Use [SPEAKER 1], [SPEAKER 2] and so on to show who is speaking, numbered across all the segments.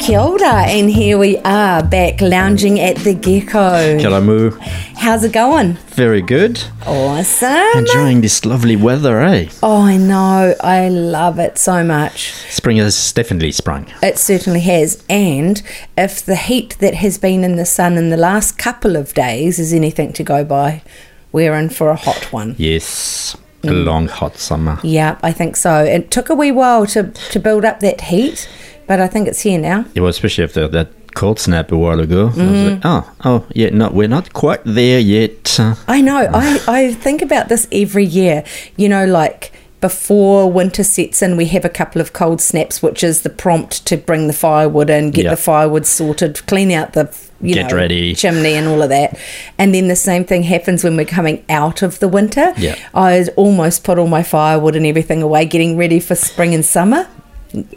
[SPEAKER 1] Kia ora, and here we are back lounging at the gecko.
[SPEAKER 2] Kalamu,
[SPEAKER 1] How's it going?
[SPEAKER 2] very good.
[SPEAKER 1] Awesome.
[SPEAKER 2] Enjoying this lovely weather, eh?
[SPEAKER 1] Oh, I know. I love it so much.
[SPEAKER 2] Spring has definitely sprung.
[SPEAKER 1] It certainly has. And if the heat that has been in the sun in the last couple of days is anything to go by, we're in for a hot one.
[SPEAKER 2] Yes, a long hot summer.
[SPEAKER 1] Yeah, I think so. It took a wee while to, to build up that heat, but I think it's here now.
[SPEAKER 2] Yeah, well, especially after that cold snap a while ago. I was like, oh, oh, yeah, no, we're not quite there yet. Uh,
[SPEAKER 1] I know. I, I think about this every year. You know, like before winter sets in, we have a couple of cold snaps, which is the prompt to bring the firewood in, get
[SPEAKER 2] Yeah.
[SPEAKER 1] the firewood sorted, clean out the you
[SPEAKER 2] Get
[SPEAKER 1] know,
[SPEAKER 2] ready.
[SPEAKER 1] chimney and all of that. And then the same thing happens when we're coming out of the winter.
[SPEAKER 2] Yeah.
[SPEAKER 1] I'd almost put all my firewood and everything away, getting ready for spring and summer.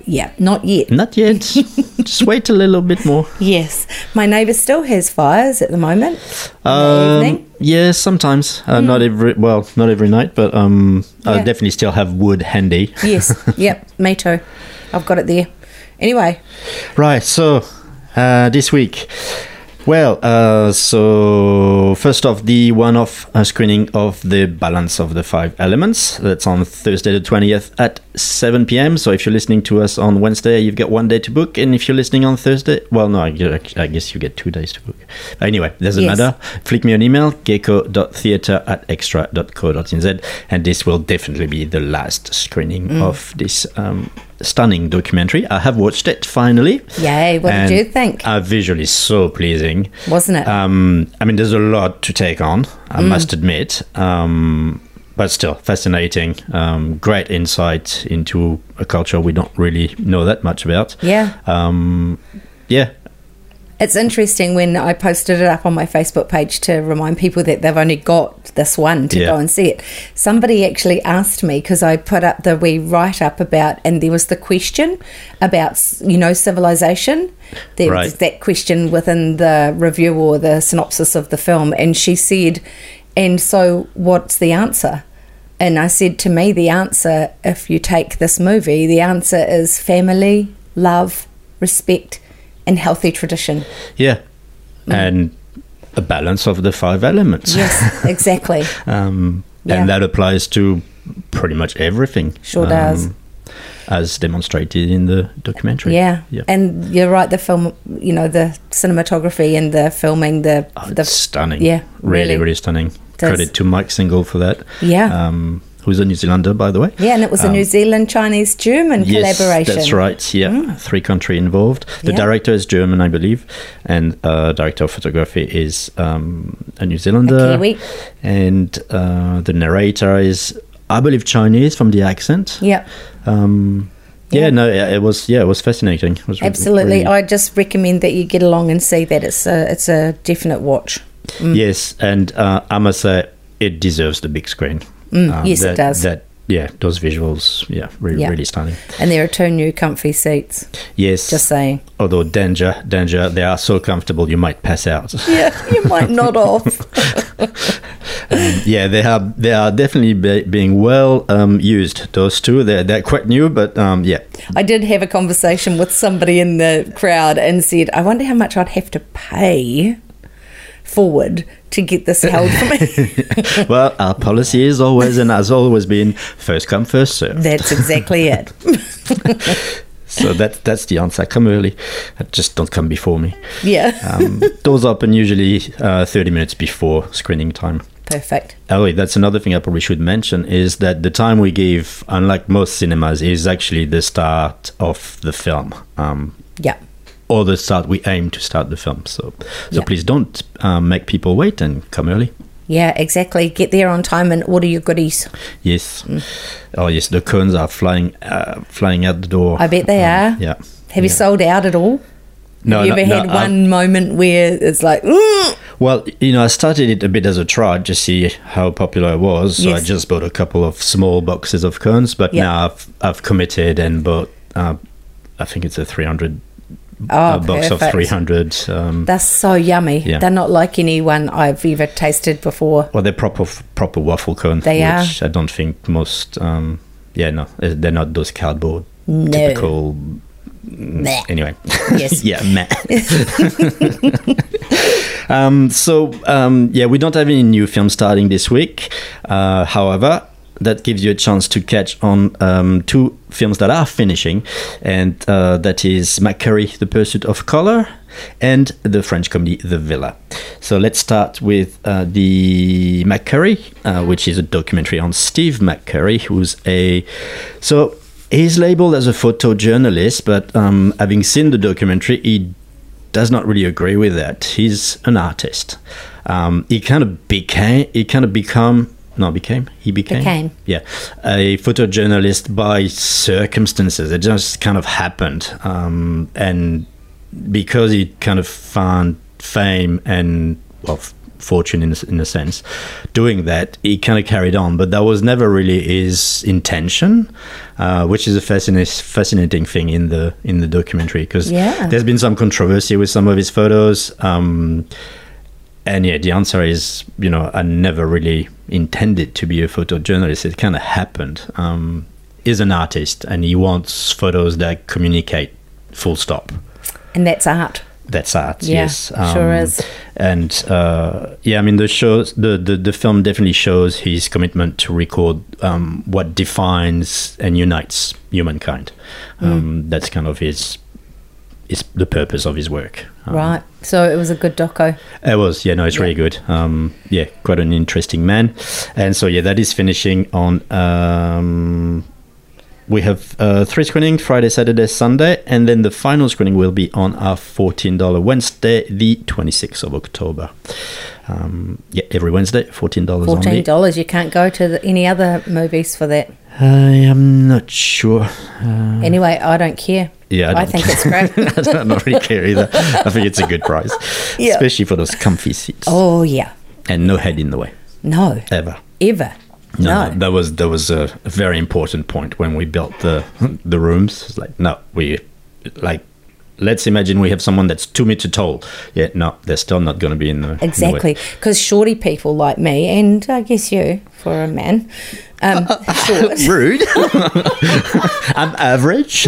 [SPEAKER 1] Yeah, not yet.
[SPEAKER 2] not yet. Just wait a little bit more.
[SPEAKER 1] Yes, my neighbour still has fires at the moment. in the evening.
[SPEAKER 2] Um, yeah, sometimes. Uh, Not every, well, not every night, but um, I
[SPEAKER 1] Yeah.
[SPEAKER 2] definitely still have wood handy.
[SPEAKER 1] Yes. yep. Me too. I've got it there. Anyway,
[SPEAKER 2] Right, so uh, this week. Well, uh, so first off, the one off uh, screening of The Balance of the Five Elements. That's on Thursday the 20th at 7 p.m. So if you're listening to us on Wednesday, you've got one day to book. And if you're listening on Thursday, well, no, I gue- I guess you get two days to book. Anyway, doesn't
[SPEAKER 1] Yes.
[SPEAKER 2] matter. Flick me an email, gecko.theatre at extra.co.nz. And this will definitely be the last screening
[SPEAKER 1] Mm.
[SPEAKER 2] of this um, stunning documentary. I have watched it finally.
[SPEAKER 1] Yay, what did
[SPEAKER 2] And
[SPEAKER 1] you think?
[SPEAKER 2] Uh, visually so pleasing.
[SPEAKER 1] Wasn't it?
[SPEAKER 2] Um, I mean, there's a lot to take on, I
[SPEAKER 1] Mm.
[SPEAKER 2] must admit. Um, but still, fascinating. Um, great insight into a culture we don't really know that much about.
[SPEAKER 1] Yeah.
[SPEAKER 2] Um, yeah.
[SPEAKER 1] it's interesting when I posted it up on my Facebook page to remind people that they've only got this one to
[SPEAKER 2] Yeah.
[SPEAKER 1] go and see it. Somebody actually asked me because I put up the wee write up about, and there was the question about, you know, civilization. There was
[SPEAKER 2] Right.
[SPEAKER 1] that question within the review or the synopsis of the film. And she said, And so what's the answer? And I said, To me, the answer, if you take this movie, the answer is family, love, respect, and healthy tradition.
[SPEAKER 2] Yeah.
[SPEAKER 1] Mm-hmm.
[SPEAKER 2] And a balance of the five elements.
[SPEAKER 1] Yes, exactly.
[SPEAKER 2] Um,
[SPEAKER 1] Yeah.
[SPEAKER 2] And that applies to pretty much everything. um,
[SPEAKER 1] Sure does.
[SPEAKER 2] As demonstrated in the documentary.
[SPEAKER 1] Yeah.
[SPEAKER 2] Yeah.
[SPEAKER 1] And you're right, the film, you know, the cinematography and the filming, the.
[SPEAKER 2] Oh,
[SPEAKER 1] the
[SPEAKER 2] it's stunning.
[SPEAKER 1] yeah,
[SPEAKER 2] really,
[SPEAKER 1] really.
[SPEAKER 2] really, stunning.
[SPEAKER 1] Does-
[SPEAKER 2] Credit to Mike Single for that.
[SPEAKER 1] Yeah.
[SPEAKER 2] Um, who's a New Zealander, by the way.
[SPEAKER 1] yeah, and it was a New Zealand Chinese German
[SPEAKER 2] um, Yes,
[SPEAKER 1] collaboration. Mm.
[SPEAKER 2] that's right. Yeah, three country involved. The
[SPEAKER 1] Yeah.
[SPEAKER 2] director is German, I believe, and uh, director of photography is um, a New Zealander.
[SPEAKER 1] Kiwi.
[SPEAKER 2] And uh, the narrator is, I believe, Chinese from the accent.
[SPEAKER 1] Yep.
[SPEAKER 2] Um, yeah,
[SPEAKER 1] Yeah.
[SPEAKER 2] no, it it was yeah, it was fascinating. It was re-
[SPEAKER 1] Absolutely. I
[SPEAKER 2] really-
[SPEAKER 1] just recommend that you get along and see that. It's a, it's a definite watch. mm.
[SPEAKER 2] Yes, and uh, I must say, it deserves the big screen. Um,
[SPEAKER 1] Mm. yes, it
[SPEAKER 2] that-
[SPEAKER 1] does.
[SPEAKER 2] That yeah, those visuals, yeah, really,
[SPEAKER 1] Yeah.
[SPEAKER 2] really stunning.
[SPEAKER 1] And there are two new comfy seats.
[SPEAKER 2] Yes,
[SPEAKER 1] Just saying.
[SPEAKER 2] Although danger, danger, they are so comfortable you might pass out.
[SPEAKER 1] Yeah, you might nod off.
[SPEAKER 2] Um, yeah, they are they are definitely be, being well um, used. Those two, they're they're quite new, but um, yeah,
[SPEAKER 1] I did have a conversation with somebody in the crowd and said, I wonder how much I'd have to pay forward to get this held for me.
[SPEAKER 2] well, our policy is always and has always been first come, first serve.
[SPEAKER 1] That's exactly it.
[SPEAKER 2] So that that's the answer. Come early, just don't come before me.
[SPEAKER 1] Yeah.
[SPEAKER 2] Um, doors open usually uh, thirty minutes before screening time.
[SPEAKER 1] Perfect.
[SPEAKER 2] Oh, wait, that's another thing I probably should mention is that the time we give, unlike most cinemas, is actually the start of the film. Um,
[SPEAKER 1] Yeah.
[SPEAKER 2] or the start we aim to start the film. So, so
[SPEAKER 1] Yeah.
[SPEAKER 2] please don't um, make people wait and come early.
[SPEAKER 1] Yeah, exactly. Get there on time and order your goodies.
[SPEAKER 2] Yes.
[SPEAKER 1] Mm.
[SPEAKER 2] Oh yes, the cones are flying, uh, flying out the door.
[SPEAKER 1] I bet they are.
[SPEAKER 2] Uh-huh. Yeah.
[SPEAKER 1] Have you
[SPEAKER 2] Yeah.
[SPEAKER 1] sold out at all?
[SPEAKER 2] No,
[SPEAKER 1] Have you
[SPEAKER 2] no,
[SPEAKER 1] ever
[SPEAKER 2] no,
[SPEAKER 1] had
[SPEAKER 2] I've-
[SPEAKER 1] one moment where it's like, "Mm."
[SPEAKER 2] Well, you know, I started it a bit as a try to see how popular it was. So I
[SPEAKER 1] Yes.
[SPEAKER 2] just bought a couple of small boxes of cones, but
[SPEAKER 1] Yeah.
[SPEAKER 2] now I've, I've committed and bought. Uh, I think it's a three hundred
[SPEAKER 1] oh,
[SPEAKER 2] a box of
[SPEAKER 1] perfect.
[SPEAKER 2] three hundred. Um,
[SPEAKER 1] That's so yummy.
[SPEAKER 2] Yeah.
[SPEAKER 1] They're not like anyone I've ever tasted before.
[SPEAKER 2] well, they're proper proper waffle cones,
[SPEAKER 1] They are.
[SPEAKER 2] which I don't think most. Um, yeah, no, eh, they're not those cardboard
[SPEAKER 1] No.
[SPEAKER 2] typical.
[SPEAKER 1] Meh.
[SPEAKER 2] Anyway,
[SPEAKER 1] Yes.
[SPEAKER 2] yeah, meh. um, so um, yeah, we don't have any new films starting this week. Uh, however, that gives you a chance to catch on um, two films that are finishing, and uh, that is McCurry: The Pursuit of Color and the French comedy The Villa. So let's start with uh, the McCurry, uh, which is a documentary on Steve McCurry, who's a so. He's labeled as a photojournalist, but um, having seen the documentary, he does not really agree with that. He's an artist. Um, he kind of became. He kind of become. No, became. He became.
[SPEAKER 1] Became.
[SPEAKER 2] Yeah, a photojournalist by circumstances. It just kind of happened, um, and because he kind of found fame and well f- fortune in, a s- in a sense doing that he kind of carried on but that was never really his intention uh, which is a fascinating fascinating thing in the in the documentary because
[SPEAKER 1] Yeah.
[SPEAKER 2] there's been some controversy with some of his photos um, and yeah the answer is you know i never really intended to be a photojournalist it kind of happened um, he's an artist and he wants photos that communicate full stop
[SPEAKER 1] And that's art.
[SPEAKER 2] that's art.
[SPEAKER 1] Yeah,
[SPEAKER 2] yes, Um,
[SPEAKER 1] sure is.
[SPEAKER 2] And uh, yeah, I mean the shows, the, the the film definitely shows his commitment to record um, what defines and unites humankind.
[SPEAKER 1] Mm.
[SPEAKER 2] Um, That's kind of his is the purpose of his work. Um,
[SPEAKER 1] right. So it was a good doco.
[SPEAKER 2] it was, yeah, no, it's really good. Um, yeah, quite an interesting man. And so, yeah, that is finishing on. Um, we have uh, three screenings Friday, Saturday, Sunday, and then the final screening will be on our $14 Wednesday, the 26th of October. Um, yeah, every Wednesday, $14
[SPEAKER 1] Fourteen
[SPEAKER 2] only.
[SPEAKER 1] dollars. You can't go to the, any other movies for that.
[SPEAKER 2] I am not sure.
[SPEAKER 1] Anyway, I don't care.
[SPEAKER 2] Hmm. Yeah,
[SPEAKER 1] I,
[SPEAKER 2] I don't.
[SPEAKER 1] think it's great.
[SPEAKER 2] I'm not really clear either. I think it's a good price,
[SPEAKER 1] Yeah.
[SPEAKER 2] especially for those comfy seats
[SPEAKER 1] oh yeah.
[SPEAKER 2] and no head in the way,
[SPEAKER 1] No,
[SPEAKER 2] ever.
[SPEAKER 1] ever.
[SPEAKER 2] No,
[SPEAKER 1] No.
[SPEAKER 2] no, that was that was a very important point when we built the the rooms. It's like no, we like let's imagine we have someone that's two meter tall. Yeah, no, they're still not going to be in the in the way.
[SPEAKER 1] Exactly, because shorty people like me, and I guess you, for a man, um, short.
[SPEAKER 2] Rude. I'm average.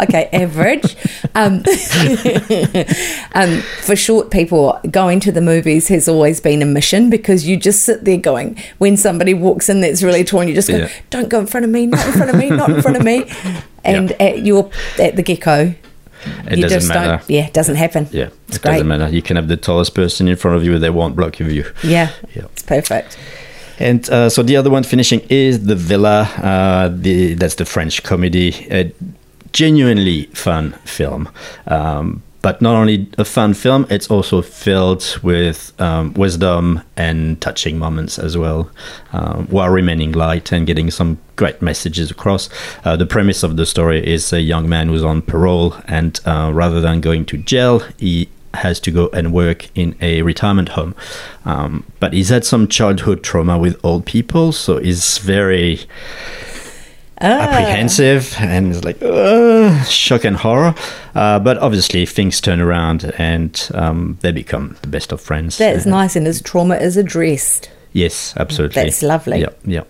[SPEAKER 1] okay, average. Um, um, for short people, going to the movies has always been a mission because you just sit there going, when somebody walks in that's really tall, and you just go,
[SPEAKER 2] Yeah.
[SPEAKER 1] don't go in front of me, not in front of me, not in front of me. And at your at the gecko,
[SPEAKER 2] It
[SPEAKER 1] you
[SPEAKER 2] doesn't
[SPEAKER 1] just
[SPEAKER 2] matter.
[SPEAKER 1] don't. Yeah, it doesn't happen.
[SPEAKER 2] Yeah,
[SPEAKER 1] it's
[SPEAKER 2] it
[SPEAKER 1] great.
[SPEAKER 2] doesn't matter. You can have the tallest person in front of you; they won't block your view.
[SPEAKER 1] Yeah,
[SPEAKER 2] Yeah.
[SPEAKER 1] it's perfect.
[SPEAKER 2] And uh, so the other one finishing is The Villa. Uh, the, that's the French comedy. A genuinely fun film. Um, but not only a fun film, it's also filled with um, wisdom and touching moments as well, um, while remaining light and getting some great messages across. Uh, the premise of the story is a young man who's on parole, and uh, rather than going to jail, he has to go and work in a retirement home. Um, but he's had some childhood trauma with old people, so he's very
[SPEAKER 1] Ah.
[SPEAKER 2] apprehensive and is like "Ugh," shock and horror. Uh, but obviously, things turn around and um, they become the best of friends.
[SPEAKER 1] That's
[SPEAKER 2] Uh,
[SPEAKER 1] nice, and his trauma is addressed.
[SPEAKER 2] Yes, absolutely.
[SPEAKER 1] That's lovely.
[SPEAKER 2] Yeah, yeah.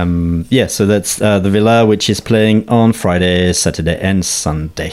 [SPEAKER 2] Um, yeah, so that's uh, the Villa, which is playing on Friday, Saturday, and Sunday.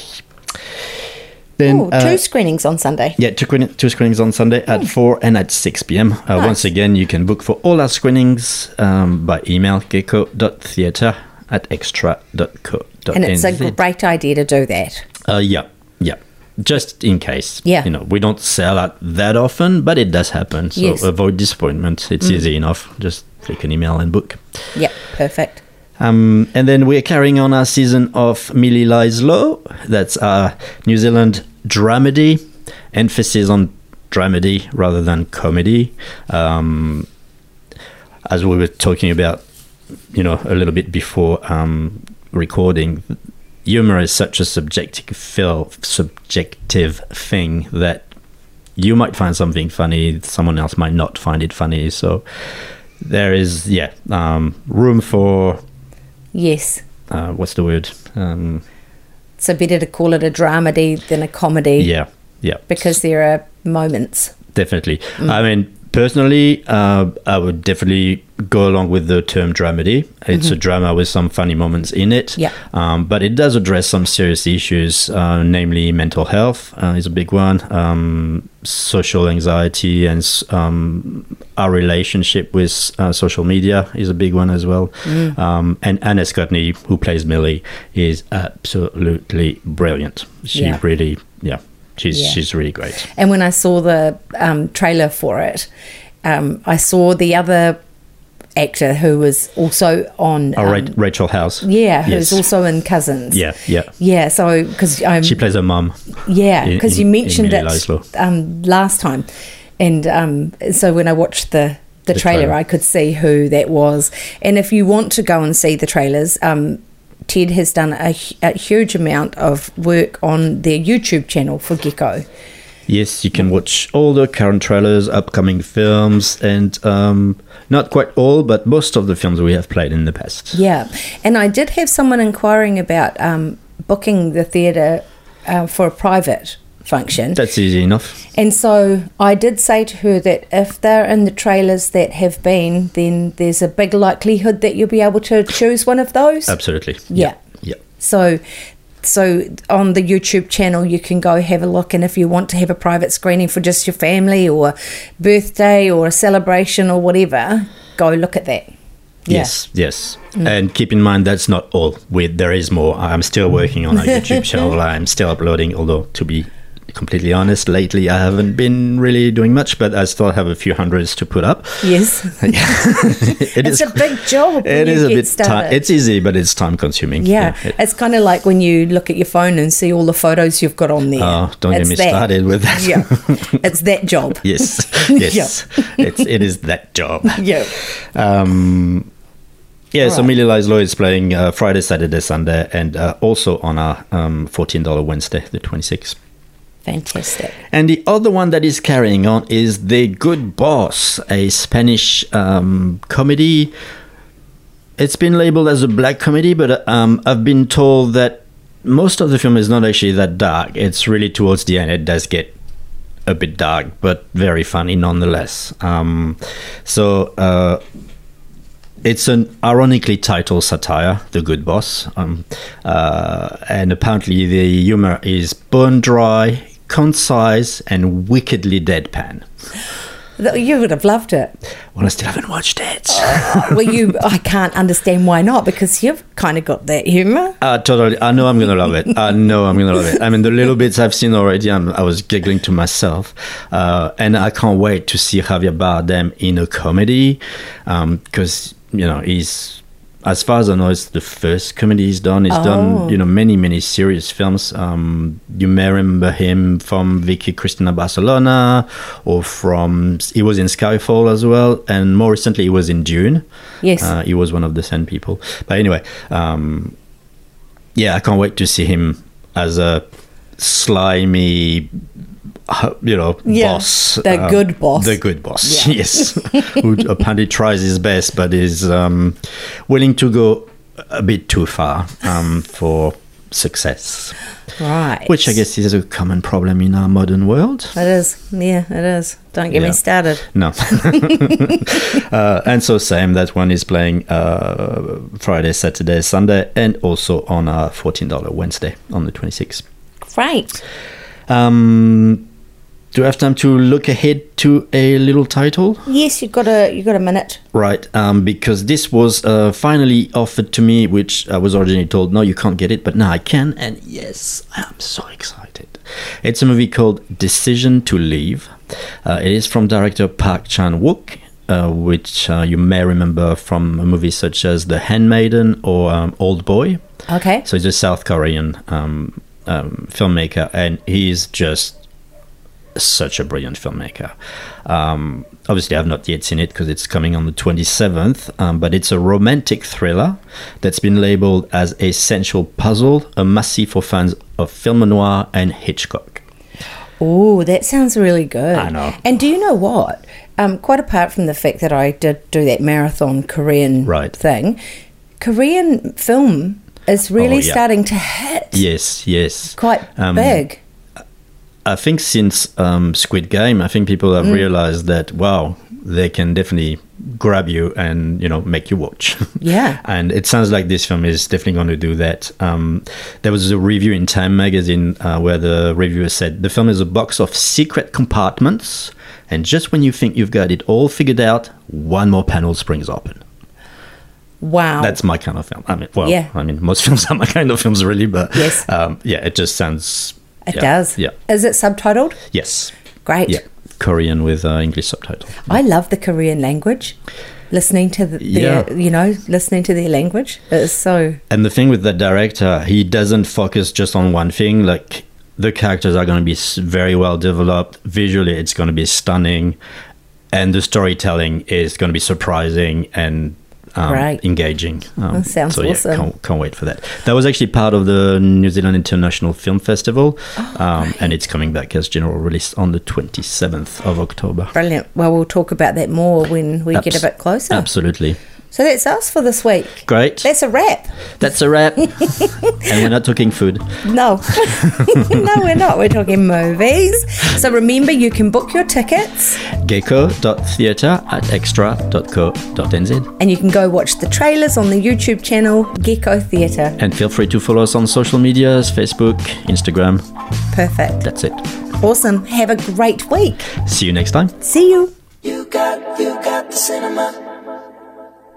[SPEAKER 2] Then
[SPEAKER 1] Oh, two
[SPEAKER 2] uh,
[SPEAKER 1] screenings on Sunday.
[SPEAKER 2] Yeah, two, screen- two screenings on Sunday at
[SPEAKER 1] Hmm.
[SPEAKER 2] 4 and at 6 p.m. Uh, Once again, you can book for all our screenings um, by email gecko.theatre at extra.co.nz.
[SPEAKER 1] And it's a great idea to do that.
[SPEAKER 2] Uh, yeah, yeah. Just in case.
[SPEAKER 1] Yeah.
[SPEAKER 2] You know, we don't sell out that often, but it does happen. So
[SPEAKER 1] Yes. Hmm.
[SPEAKER 2] avoid disappointment. It's easy enough. Just click an email and book.
[SPEAKER 1] Yep, perfect.
[SPEAKER 2] Um, and then we're carrying on our season of Millie Lies Low. That's our New Zealand dramedy, emphasis on dramedy rather than comedy. Um, as we were talking about, you know, a little bit before um, recording, humor is such a subjective feel, subjective thing that you might find something funny, someone else might not find it funny. So there is, yeah, um, room for
[SPEAKER 1] Yes.
[SPEAKER 2] uh, what's the word? Um,
[SPEAKER 1] So better to call it a dramedy than a comedy
[SPEAKER 2] yeah, yeah,
[SPEAKER 1] because there are moments.
[SPEAKER 2] definitely.
[SPEAKER 1] Mm.
[SPEAKER 2] I mean, personally, uh, I would definitely go along with the term dramedy. It's a drama with some funny moments in it.
[SPEAKER 1] Mm-hmm. Yeah.
[SPEAKER 2] Um, but it does address some serious issues, uh, namely mental health uh, is a big one, um, social anxiety, and s- um, our relationship with uh, social media is a big one as well.
[SPEAKER 1] Mm.
[SPEAKER 2] Um, and Anna Scottney, who plays Millie, is absolutely brilliant. She
[SPEAKER 1] Yeah.
[SPEAKER 2] really, yeah. She's,
[SPEAKER 1] Yeah.
[SPEAKER 2] she's really great.
[SPEAKER 1] And when I saw the um, trailer for it, um, I saw the other actor who was also on.
[SPEAKER 2] Oh, Ra-
[SPEAKER 1] um,
[SPEAKER 2] Rachel House.
[SPEAKER 1] Yeah, who's
[SPEAKER 2] Yes.
[SPEAKER 1] also in Cousins.
[SPEAKER 2] Yeah, yeah.
[SPEAKER 1] Yeah, so because I'm
[SPEAKER 2] She plays her mum.
[SPEAKER 1] yeah
[SPEAKER 2] in-
[SPEAKER 1] because you
[SPEAKER 2] in- in
[SPEAKER 1] mentioned
[SPEAKER 2] Mini
[SPEAKER 1] it
[SPEAKER 2] Laszlo.
[SPEAKER 1] um, last time, and um, so when I watched the the,
[SPEAKER 2] The
[SPEAKER 1] trailer,
[SPEAKER 2] trailer.
[SPEAKER 1] I could see who that was. And if you want to go and see the trailers, um, Ted has done a, hu- a huge amount of work on their YouTube channel for Gecko.
[SPEAKER 2] Yes, you can watch all the current trailers, upcoming films, and um, not quite all, but most of the films we have played in the past.
[SPEAKER 1] Yeah, and I did have someone inquiring about um, booking the theatre uh, for a private function.
[SPEAKER 2] That's easy enough.
[SPEAKER 1] And so I did say to her that if they're in the trailers that have been, then there's a big likelihood that you'll be able to choose one of those.
[SPEAKER 2] Absolutely.
[SPEAKER 1] Yeah.
[SPEAKER 2] Yeah.
[SPEAKER 1] So so on the YouTube channel you can go have a look and if you want to have a private screening for just your family or birthday or a celebration or whatever, go look at that. Yeah.
[SPEAKER 2] Yes, yes.
[SPEAKER 1] Mm.
[SPEAKER 2] And keep in mind that's not all. We, there is more. I'm still working on our YouTube channel. I'm still uploading, although to be completely honest, lately I haven't been really doing much, but I still have a few hundreds to put up.
[SPEAKER 1] Yes.
[SPEAKER 2] It
[SPEAKER 1] it's a big job. when
[SPEAKER 2] It
[SPEAKER 1] you
[SPEAKER 2] is a
[SPEAKER 1] get
[SPEAKER 2] bit time.
[SPEAKER 1] started.
[SPEAKER 2] It's easy, but it's time consuming.
[SPEAKER 1] yeah,
[SPEAKER 2] it-
[SPEAKER 1] it's kind of like when you look at your phone and see all the photos you've got on there.
[SPEAKER 2] Oh, don't get
[SPEAKER 1] It's
[SPEAKER 2] me
[SPEAKER 1] that.
[SPEAKER 2] started with that.
[SPEAKER 1] yeah, it's that job.
[SPEAKER 2] yes.
[SPEAKER 1] Yeah.
[SPEAKER 2] Yes. it's, it is that job.
[SPEAKER 1] Yeah.
[SPEAKER 2] Um, yeah, so
[SPEAKER 1] Alright.
[SPEAKER 2] Millie Laszlo is playing uh, Friday, Saturday, Sunday, and uh, also on our um, $14 Wednesday, the 26th.
[SPEAKER 1] Fantastic.
[SPEAKER 2] And the other one that is carrying on is The Good Boss, a Spanish um, comedy. It's been labeled as a black comedy, but um, I've been told that most of the film is not actually that dark. It's really towards the end, it does get a bit dark, but very funny nonetheless. Um, so uh, it's an ironically titled satire, The Good Boss, um, uh, and apparently the humor is bone dry, concise, and wickedly deadpan.
[SPEAKER 1] Th- You would have loved it. Uh,
[SPEAKER 2] Well, I still haven't watched it.
[SPEAKER 1] Well, you, I can't understand why not because you've kind of got that humour.
[SPEAKER 2] Uh, totally. I know I'm gonna love it. I know I'm gonna love it. I mean, the little bits I've seen already, I'm, I was giggling to myself, uh, and I can't wait to see Javier Bardem in a comedy, because you know he's, as far as I know, it's the first comedy he's done. He's
[SPEAKER 1] Oh.
[SPEAKER 2] done you know many many serious films. Um, you may remember him from Vicky Cristina Barcelona, or from he was in Skyfall as well, and more recently he was in Dune.
[SPEAKER 1] Yes.
[SPEAKER 2] Uh, he was one of the Sand people. But anyway, um, yeah, I can't wait to see him as a slimy, uh, you know,
[SPEAKER 1] Yeah,
[SPEAKER 2] boss. Uh,
[SPEAKER 1] the good boss.
[SPEAKER 2] The good boss,
[SPEAKER 1] Yeah.
[SPEAKER 2] yes. Who apparently tries his best, but is um, willing to go a bit too far um, for success,
[SPEAKER 1] right.
[SPEAKER 2] which I guess is a common problem in our modern world.
[SPEAKER 1] It is. Yeah, it is. Don't get me
[SPEAKER 2] Yeah.
[SPEAKER 1] started.
[SPEAKER 2] No. uh, and so Sam, that one is playing uh, Friday, Saturday, Sunday, and also on a $14 Wednesday on the 26th.
[SPEAKER 1] Great.
[SPEAKER 2] Um, do I have time to look ahead to a little title?
[SPEAKER 1] Yes, you've got a, you've got a minute.
[SPEAKER 2] Right, um, because this was uh, finally offered to me, which I was originally told, no, you can't get it, but now I can, and yes, I'm so excited. It's a movie called Decision to Leave. Uh, it is from director Park Chan Wook, uh, which uh, you may remember from movies such as The Handmaiden or um, Old Boy.
[SPEAKER 1] Okay.
[SPEAKER 2] So he's a South Korean um, um, filmmaker, and he's just such a brilliant filmmaker. Um, obviously, I've not yet seen it because it's coming on the 27th, um, but it's a romantic thriller that's been labeled as a sensual puzzle, a must-see for fans of film noir and Hitchcock.
[SPEAKER 1] Oh, that sounds really good.
[SPEAKER 2] I know.
[SPEAKER 1] And do you know what? Um, quite apart from the fact that I did do that marathon Korean
[SPEAKER 2] Right.
[SPEAKER 1] thing, Korean film is really
[SPEAKER 2] Oh, yeah.
[SPEAKER 1] starting to hit
[SPEAKER 2] Yes, yes.
[SPEAKER 1] quite
[SPEAKER 2] Um,
[SPEAKER 1] big.
[SPEAKER 2] I think since um, Squid Game, I think people
[SPEAKER 1] Mm.
[SPEAKER 2] have realized that wow, they can definitely grab you and you know make you watch.
[SPEAKER 1] Yeah.
[SPEAKER 2] and it sounds like this film is definitely going to do that. Um, there was a review in Time magazine uh, where the reviewer said the film is a box of secret compartments, and just when you think you've got it all figured out, one more panel springs open.
[SPEAKER 1] Wow.
[SPEAKER 2] That's my kind of film. I mean, well,
[SPEAKER 1] Oh. Yeah.
[SPEAKER 2] I mean, most films are my kind of films, really. But
[SPEAKER 1] Yes.
[SPEAKER 2] um, yeah, it just sounds.
[SPEAKER 1] it
[SPEAKER 2] yeah,
[SPEAKER 1] does.
[SPEAKER 2] Yeah.
[SPEAKER 1] Is it subtitled?
[SPEAKER 2] Yes.
[SPEAKER 1] Great.
[SPEAKER 2] Yeah, Korean with uh, English subtitle.
[SPEAKER 1] I love the Korean language. Listening to the, their,
[SPEAKER 2] Yeah.
[SPEAKER 1] you know, listening to their language is so
[SPEAKER 2] And the thing with the director, he doesn't focus just on one thing. Like the characters are going to be s- very well developed visually. It's going to be stunning, and the storytelling is going to be surprising and. Um,
[SPEAKER 1] Great.
[SPEAKER 2] engaging. Um,
[SPEAKER 1] That sounds
[SPEAKER 2] so yeah,
[SPEAKER 1] awesome.
[SPEAKER 2] Can't, can't wait for that. That was actually part of the New Zealand International Film Festival,
[SPEAKER 1] Oh,
[SPEAKER 2] um, and it's coming back as general release on the twenty seventh of October.
[SPEAKER 1] brilliant. Well, we'll talk about that more when we get a
[SPEAKER 2] Abs-
[SPEAKER 1] bit closer.
[SPEAKER 2] Absolutely
[SPEAKER 1] So that's us for this week.
[SPEAKER 2] great.
[SPEAKER 1] That's a wrap.
[SPEAKER 2] That's a wrap. and we're not talking food.
[SPEAKER 1] No, no, we're not. We're talking movies. So remember, you can book your tickets
[SPEAKER 2] gecko.theatre at extra.co.nz.
[SPEAKER 1] and you can go watch the trailers on the YouTube channel Gecko Theatre.
[SPEAKER 2] And feel free to follow us on social medias Facebook, Instagram.
[SPEAKER 1] Perfect.
[SPEAKER 2] That's it.
[SPEAKER 1] Awesome. Have a great week.
[SPEAKER 2] See you next time.
[SPEAKER 1] See you.
[SPEAKER 3] You got, you got the cinema.